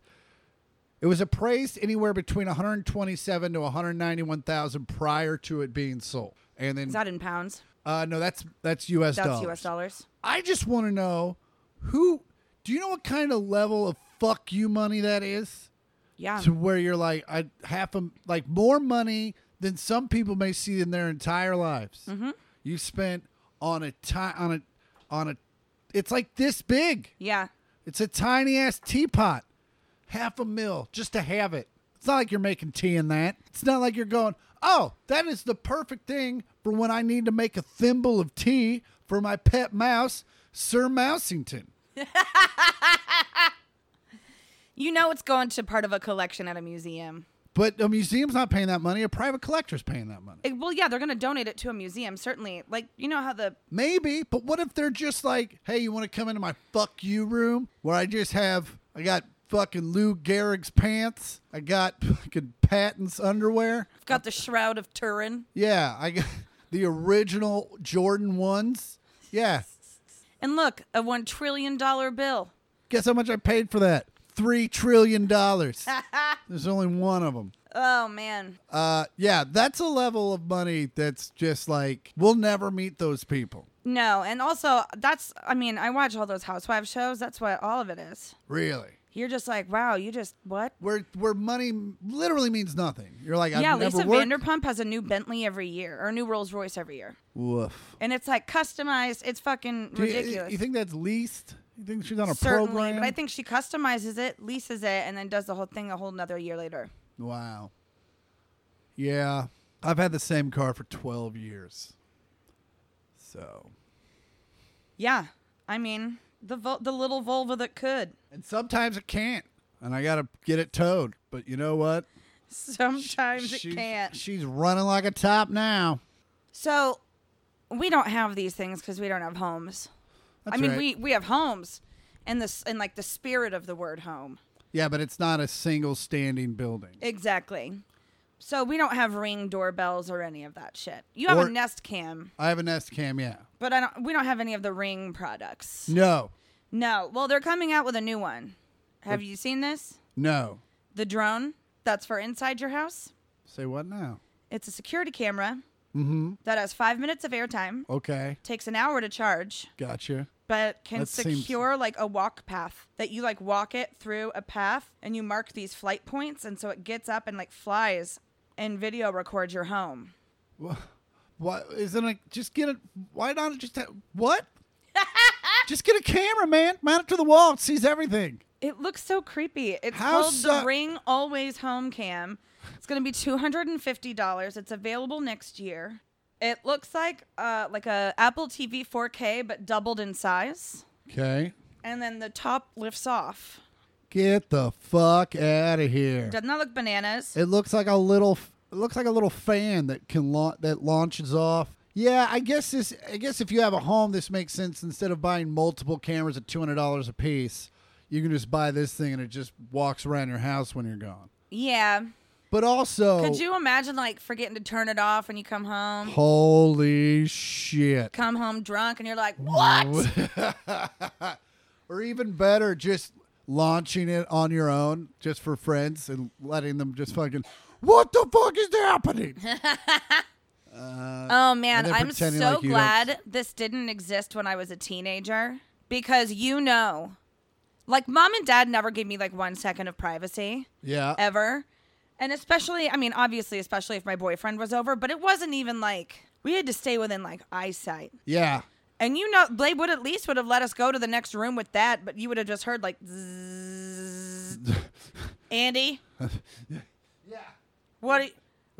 S2: It was appraised anywhere between 127 to 191,000 prior to it being sold. And then
S3: Is that in pounds?
S2: uh no, that's that's US
S3: That's
S2: dollars.
S3: U.S. dollars.
S2: I just want to know who do you know what kind of level of fuck you money that is?
S3: Yeah.
S2: to where you're like I half a like more money than some people may see in their entire lives. You spent on a ti- on a on a it's like this big.
S3: Yeah.
S2: It's a tiny ass teapot, half a mil just to have it. It's not like you're making tea in that. It's not like you're going, oh, that is the perfect thing for when I need to make a thimble of tea for my pet mouse, Sir Mousington.
S3: You know it's going to part of a collection at a museum.
S2: But a museum's not paying that money. A private collector's paying that money.
S3: Eh, well, yeah, they're going to donate it to a museum, certainly. Like, you know how the.
S2: Maybe, but what if they're just like, hey, you want to come into my fuck you room where I just have, I got fucking Lou Gehrig's pants, I got fucking Patton's underwear,
S3: Got the Shroud of Turin.
S2: yeah, I got the original Jordan ones, yeah.
S3: And look, a $1 trillion bill.
S2: Guess how much I paid for that? Three trillion dollars. There's only one of them.
S3: Oh, man.
S2: Uh, yeah, that's a level of money that's just like we'll never meet those people.
S3: No. And also, that's. I mean, I watch all those housewife shows. That's what all of it is.
S2: Really,
S3: You're just like, wow, you just. What?
S2: where where money literally means nothing. You're like, I've
S3: yeah,
S2: never
S3: Lisa
S2: worked.
S3: Vanderpump has a new Bentley every year or a new Rolls Royce every year.
S2: Woof.
S3: And it's like customized. It's fucking
S2: Do you-
S3: ridiculous.
S2: You, think that's leased? You think she's on a
S3: Certainly,
S2: program?
S3: but I think she customizes it, leases it, and then does the whole thing a whole another year later.
S2: Wow. Yeah, I've had the same car for twelve years. So,
S3: Yeah, I mean the Vol- the little Volvo that could.
S2: and sometimes it can't, and I gotta get it towed. But you know what?
S3: Sometimes
S2: She's-
S3: it can't.
S2: She's running like a top now.
S3: so we don't have these things because we don't have homes.
S2: That's
S3: I mean,
S2: right.
S3: we we have homes, and this in like the spirit of the word home.
S2: Yeah, but it's not a single standing building.
S3: Exactly. So we don't have ring doorbells or any of that shit. You have
S2: Or-
S3: a Nest Cam,
S2: I have an S cam. Yeah.
S3: but I don't. We don't have any of the ring products.
S2: No,
S3: No. Well, they're coming out with a new one. Have you seen this?
S2: no.
S3: The drone that's for inside your house.
S2: Say what now?
S3: It's a security camera
S2: Mm-hmm.
S3: that has five minutes of airtime,
S2: Okay,
S3: takes an hour to charge,
S2: gotcha.
S3: but can
S2: That seems-
S3: secure like a walk path that you like walk it through a path and you mark these flight points. And so it gets up and like flies and video records your home.
S2: Why isn't it just get it? Why not just ha- what? just get a camera, man. Mount it to the wall. It sees everything.
S3: It looks so creepy. It's
S2: How
S3: called
S2: so-
S3: the Ring Always Home Cam. It's going to be two hundred and fifty dollars. It's available next year. It looks like uh, like a Apple TV 4K, but doubled in size.
S2: Okay.
S3: And then the top lifts off.
S2: Get the fuck out of here.
S3: Doesn't that look bananas?
S2: It looks like a little. It looks like a little fan that can launch that launches off. Yeah, I guess this. I guess if you have a home, this makes sense. Instead of buying multiple cameras at two hundred dollars a piece, you can just buy this thing and it just walks around your house when you're gone.
S3: yeah.
S2: But also,
S3: Could you imagine like forgetting to turn it off when you come home?
S2: holy shit.
S3: Come home drunk and you're like, what?
S2: or even better, just launching it on your own, just for friends, and letting them just fucking, what the fuck is happening?
S3: Oh man,
S2: then
S3: I'm so
S2: pretending like you don't-
S3: glad this didn't exist when I was a teenager because you know, like mom and dad never gave me like one second of privacy
S2: yeah,
S3: ever. And especially, I mean, obviously, especially if my boyfriend was over, but it wasn't even like we had to stay within like eyesight.
S2: yeah.
S3: And you know, they would at least would have let us go to the next room with that, but you would have just heard like, "Zzzz." Andy,
S2: Yeah.
S3: what are, what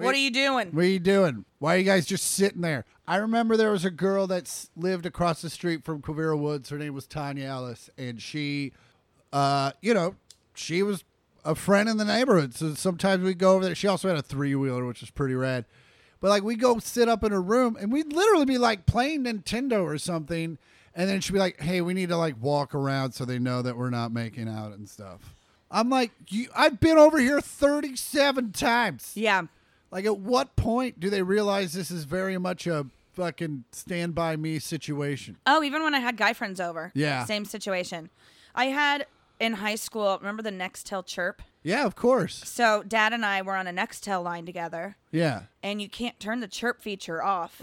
S2: Wait.
S3: are you doing?
S2: What are you doing? Why are you guys just sitting there? I remember there was a girl that s- lived across the street from Quivira Woods. Her name was Tanya Ellis, and she, uh, you know, she was a friend in the neighborhood. So sometimes we go over there. She also had a three wheeler, which was pretty rad. But like we go sit up in her room, and we'd literally be like playing Nintendo or something, and then she'd be like, "Hey, we need to like walk around so they know that we're not making out and stuff." I'm like, you, I've been over here 37 times.
S3: Yeah.
S2: Like, at what point do they realize this is very much a fucking stand by me situation?
S3: Oh, even when I had guy friends over.
S2: Yeah.
S3: Same situation. I had in high school, remember the Nextel chirp?
S2: Yeah, of course.
S3: So dad and I were on a Nextel line together,
S2: Yeah.
S3: and you can't turn the chirp feature off.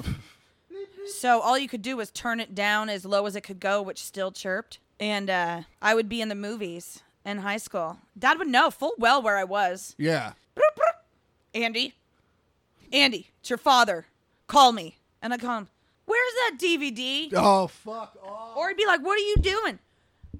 S3: so all you could do was turn it down as low as it could go, which still chirped. And uh, I would be in the movies in high school. Dad would know full well where I was.
S2: Yeah.
S3: Andy, Andy, it's your father. Call me. And I call him, Where's that DVD?
S2: Oh, fuck off.
S3: Or he'd be like, What are you doing?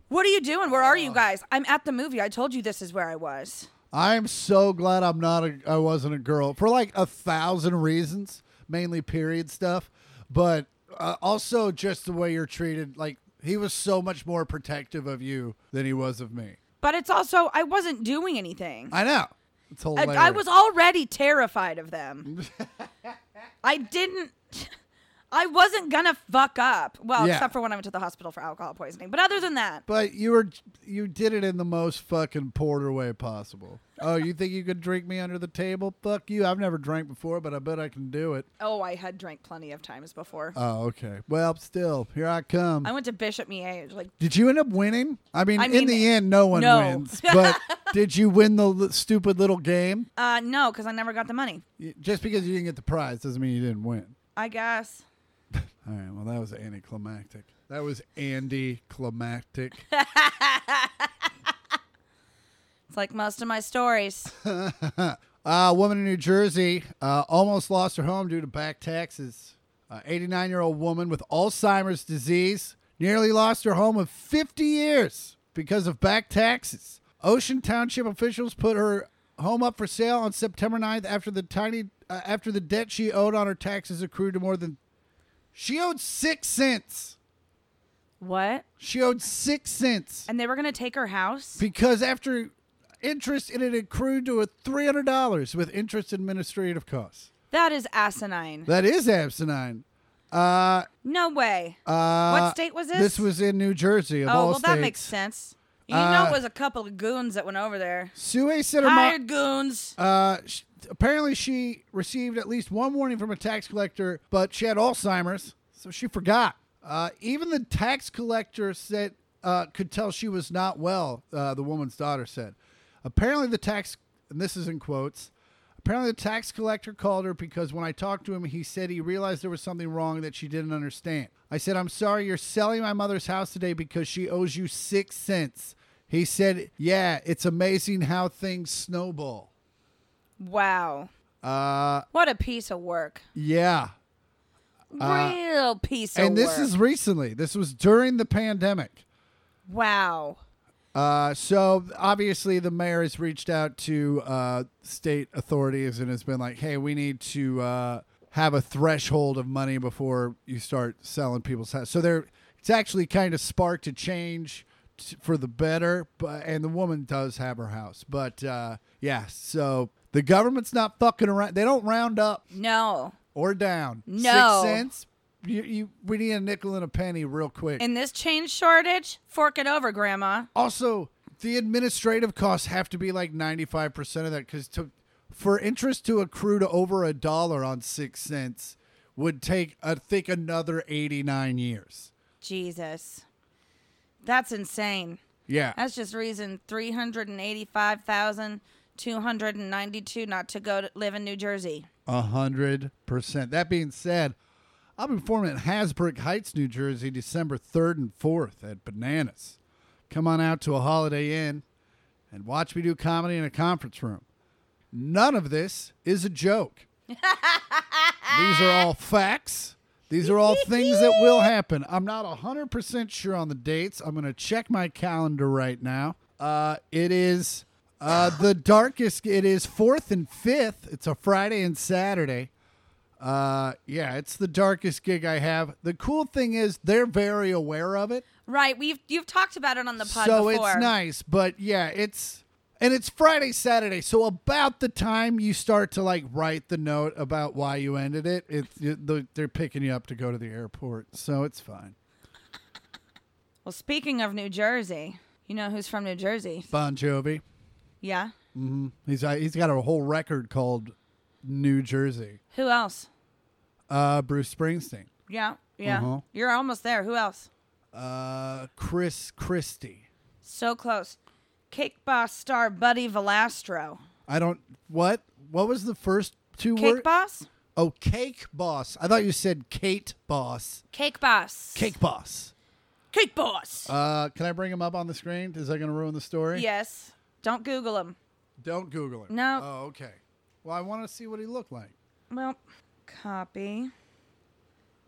S3: What are you doing? Where are you guys? I'm at the movie. I told you this is where I was.
S2: I'm so glad I'm not a I wasn't a girl for like a thousand reasons, mainly period stuff, but uh, also just the way you're treated. Like he was so much more protective of you than he was of me.
S3: But it's also, I wasn't doing anything.
S2: I know. It's
S3: I,
S2: hilarious.
S3: I was already terrified of them. I didn't. I wasn't gonna fuck up. Well,
S2: Yeah.
S3: except for when I went to the hospital for alcohol poisoning. But other than that,
S2: But you were you did it in the most fucking porter way possible. Oh, you think you could drink me under the table? Fuck you. I've never drank before, but I bet I can do it.
S3: oh, I had drank plenty of times before.
S2: Oh, okay. Well, still, here I come.
S3: I went to Bishop Miege. Like,
S2: did you end up winning? I mean,
S3: I
S2: in
S3: mean,
S2: the end no one
S3: no.
S2: wins. But did you win the li- stupid little game?
S3: uh, no, because I never got the money.
S2: Y- Just because you didn't get the prize doesn't mean you didn't win.
S3: I guess.
S2: All right. Well, that was anticlimactic. That was anticlimactic.
S3: It's like most of my stories.
S2: Uh, woman in New Jersey uh, almost lost her home due to back taxes. 89 year old woman with Alzheimer's disease nearly lost her home of 50 years because of back taxes. Ocean Township officials put her home up for sale on September 9th after the tiny uh, after the debt she owed on her taxes accrued to more than she owed 6 cents.
S3: What?
S2: She owed 6 cents
S3: And they were gonna take her house?
S2: because after interest it had accrued to a $300 with interest administrative costs.
S3: That is asinine.
S2: That is asinine. Uh,
S3: No way.
S2: uh,
S3: What state was this?
S2: This was in New Jersey. Of
S3: oh,
S2: all
S3: well, that
S2: states.
S3: makes sense. You know,
S2: Uh,
S3: it was a couple of goons that went over there.
S2: Sue said her mom.
S3: Hired goons.
S2: Uh, sh- apparently, she received at least one warning from a tax collector, but she had Alzheimer's, so she forgot. Uh, even the tax collector said uh, could tell she was not well. Uh, the woman's daughter said. Apparently, the tax and this is in quotes. Apparently, the tax collector called her because when I talked to him, he said he realized there was something wrong that she didn't understand. I said, I'm sorry, you're selling my mother's house today because she owes you six cents. He said, Yeah, it's amazing how things snowball.
S3: Wow.
S2: Uh,
S3: What a piece of work.
S2: yeah.
S3: Real piece of
S2: Uh, and this
S3: work.
S2: is recently. This was during the pandemic.
S3: wow.
S2: Uh, so obviously the mayor has reached out to uh, state authorities and has been like, "Hey, we need to uh, have a threshold of money before you start selling people's house." So there, it's actually kind of sparked a change t- for the better. But and the woman does have her house, but uh, yeah. So the government's not fucking around. They don't round up
S3: No.
S2: or down. six
S3: No.
S2: cents. You, you, we need a nickel and a penny real quick.
S3: In this change shortage, fork it over, Grandma.
S2: Also, the administrative costs have to be like 95% of that because to for interest to accrue to over a dollar on six cents would take, I think, another 89 years.
S3: Jesus. That's insane.
S2: Yeah.
S3: That's just reason 385,292 not to go to live in New Jersey.
S2: A hundred percent. That being said, I'll be performing at Hasbrook Heights, New Jersey, December third and fourth at Bananas. Come on out to a Holiday Inn and watch me do comedy in a conference room. None of this is a joke. These are all facts. These are all things that will happen. I'm not 100% sure on the dates. I'm going to check my calendar right now. Uh, it is uh, the darkest. It is 4th and 5th. It's a Friday and Saturday. Uh, yeah, it's the darkest gig I have. The cool thing is they're very aware of it.
S3: Right. We've you've talked about it on the pod
S2: So
S3: before.
S2: it's nice, but yeah, it's and it's Friday, Saturday. So about the time you start to like write the note about why you ended it, it's they're they're picking you up to go to the airport. So it's fine.
S3: Well, speaking of New Jersey, you know who's from New Jersey?
S2: Bon Jovi,
S3: Yeah.
S2: he's uh, he's got a whole record called New Jersey.
S3: Who else?
S2: Uh, Bruce Springsteen,
S3: Yeah. Yeah.
S2: Uh-huh.
S3: You're almost there. Who else?
S2: uh, Chris Christie.
S3: So close. Cake Boss star Buddy Velastro.
S2: I don't. What? What was the first two
S3: Cake
S2: words?
S3: Boss?
S2: Oh, cake boss. I thought you said Kate boss.
S3: Cake Boss.
S2: Cake boss.
S3: Cake Boss.
S2: Uh, can I bring him up on the screen? Is that going to ruin the story?
S3: yes. Don't Google him.
S2: Don't Google him.
S3: No.
S2: Oh, okay. Well, I want to see what he looked like.
S3: Well, copy.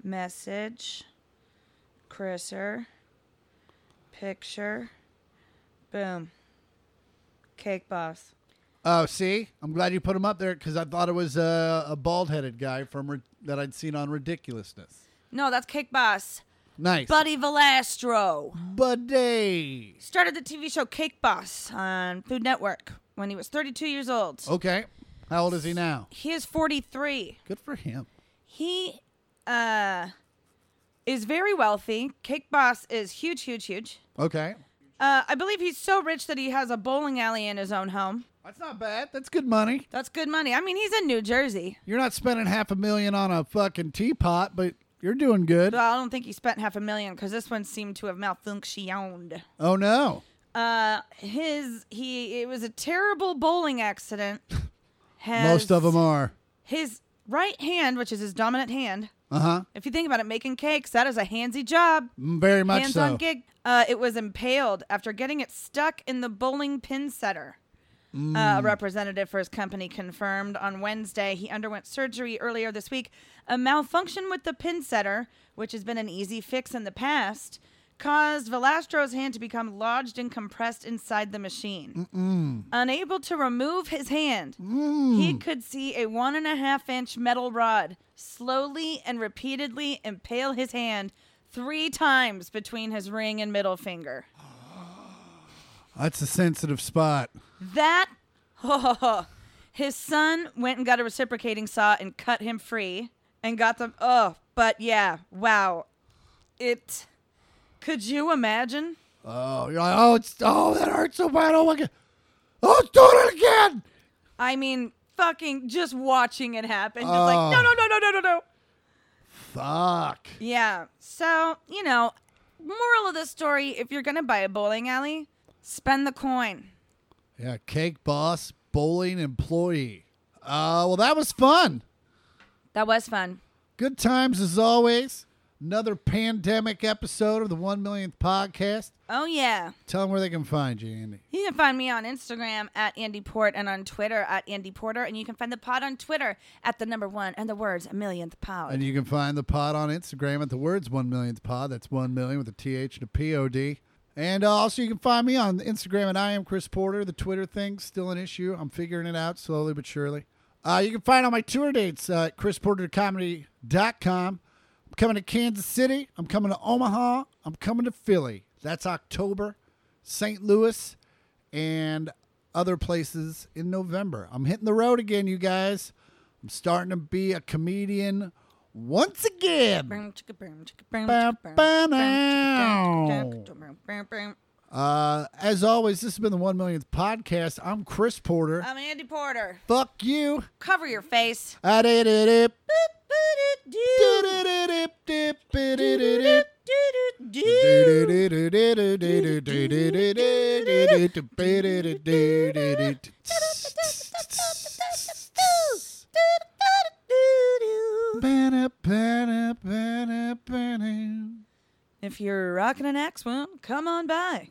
S3: Message. Chrisser. Picture. Boom. Cake Boss.
S2: Oh, see, I'm glad you put him up there because I thought it was uh, a bald-headed guy from Ri- that I'd seen on Ridiculousness.
S3: No, that's Cake Boss.
S2: Nice,
S3: Buddy Velastro.
S2: buddy.
S3: Started the TV show Cake Boss on Food Network when he was 32 years old.
S2: Okay, how old is he now?
S3: He is 43.
S2: Good for him.
S3: He uh, is very wealthy. Cake Boss is huge, huge, huge.
S2: Okay,
S3: Uh, I believe he's so rich that he has a bowling alley in his own home.
S2: that's not bad. That's good money.
S3: That's good money. I mean, he's in New Jersey.
S2: You're not spending half a million on a fucking teapot, but you're doing good.
S3: But I don't think he spent half a million because this one seemed to have malfunctioned.
S2: Oh no.
S3: Uh, his he it was a terrible bowling accident. Has
S2: Most of them are.
S3: His right hand, which is his dominant hand.
S2: Uh huh.
S3: If you think about it, making cakes that is a handsy job.
S2: Very much
S3: Hands
S2: so.
S3: on gig. Uh, it was impaled after getting it stuck in the bowling pin setter.
S2: Mm.
S3: Uh, a representative for his company confirmed on Wednesday he underwent surgery earlier this week. A malfunction with the pin setter, which has been an easy fix in the past, caused Velastro's hand to become lodged and compressed inside the machine. Unable to remove his hand, he could see a one and a half inch metal rod slowly and repeatedly impale his hand three times between his ring and middle finger.
S2: That's a sensitive spot.
S3: That, his son went and got a reciprocating saw and cut him free and got them. Oh, but yeah, wow. It, could you imagine?
S2: Oh, you're like, oh, it's oh, that hurts so bad. Oh my god. Oh, let's do it again.
S3: I mean, fucking just watching it happen. Just like,
S2: Oh.
S3: no, no, no, no, no, no, no.
S2: Fuck.
S3: Yeah. So, you know, moral of the story if you're going to buy a bowling alley, spend the coin.
S2: Yeah, cake boss, bowling employee. Uh, well, that was fun.
S3: That was fun.
S2: Good times as always. Another pandemic episode of the one millionth podcast.
S3: Oh, yeah.
S2: Tell them where they can find you, Andy.
S3: You can find me on Instagram at Andy Port and on Twitter at Andy Porter. And you can find the pod on Twitter at the number one and the words a millionth pod.
S2: And you can find the pod on Instagram at the words one millionth pod. That's one million with a th and a p o d. And uh, also, you can find me on Instagram at I am Chris Porter. The Twitter thing's still an issue. I'm figuring it out slowly but surely. Uh, you can find all my tour dates uh, at chrisportercomedy.com. I'm coming to Kansas City. I'm coming to Omaha. I'm coming to Philly. That's October. St. Louis and other places in November. I'm hitting the road again, you guys. I'm starting to be a comedian once again.
S3: Boom, chicka, boom, chicka,
S2: Bow,
S3: boom, chicka,
S2: bow,
S3: boom, boom, chicka, boom,
S2: now.
S3: chicka, boom, boom, boom.
S2: Uh, as always, this has been the One Millionth Podcast. I'm Chris Porter.
S3: I'm Andy Porter.
S2: Fuck you.
S3: Cover your face.
S2: I did it.
S3: Boop, boop-a-doop, doo-doo-doo. If you're rocking an axe, well, come on by.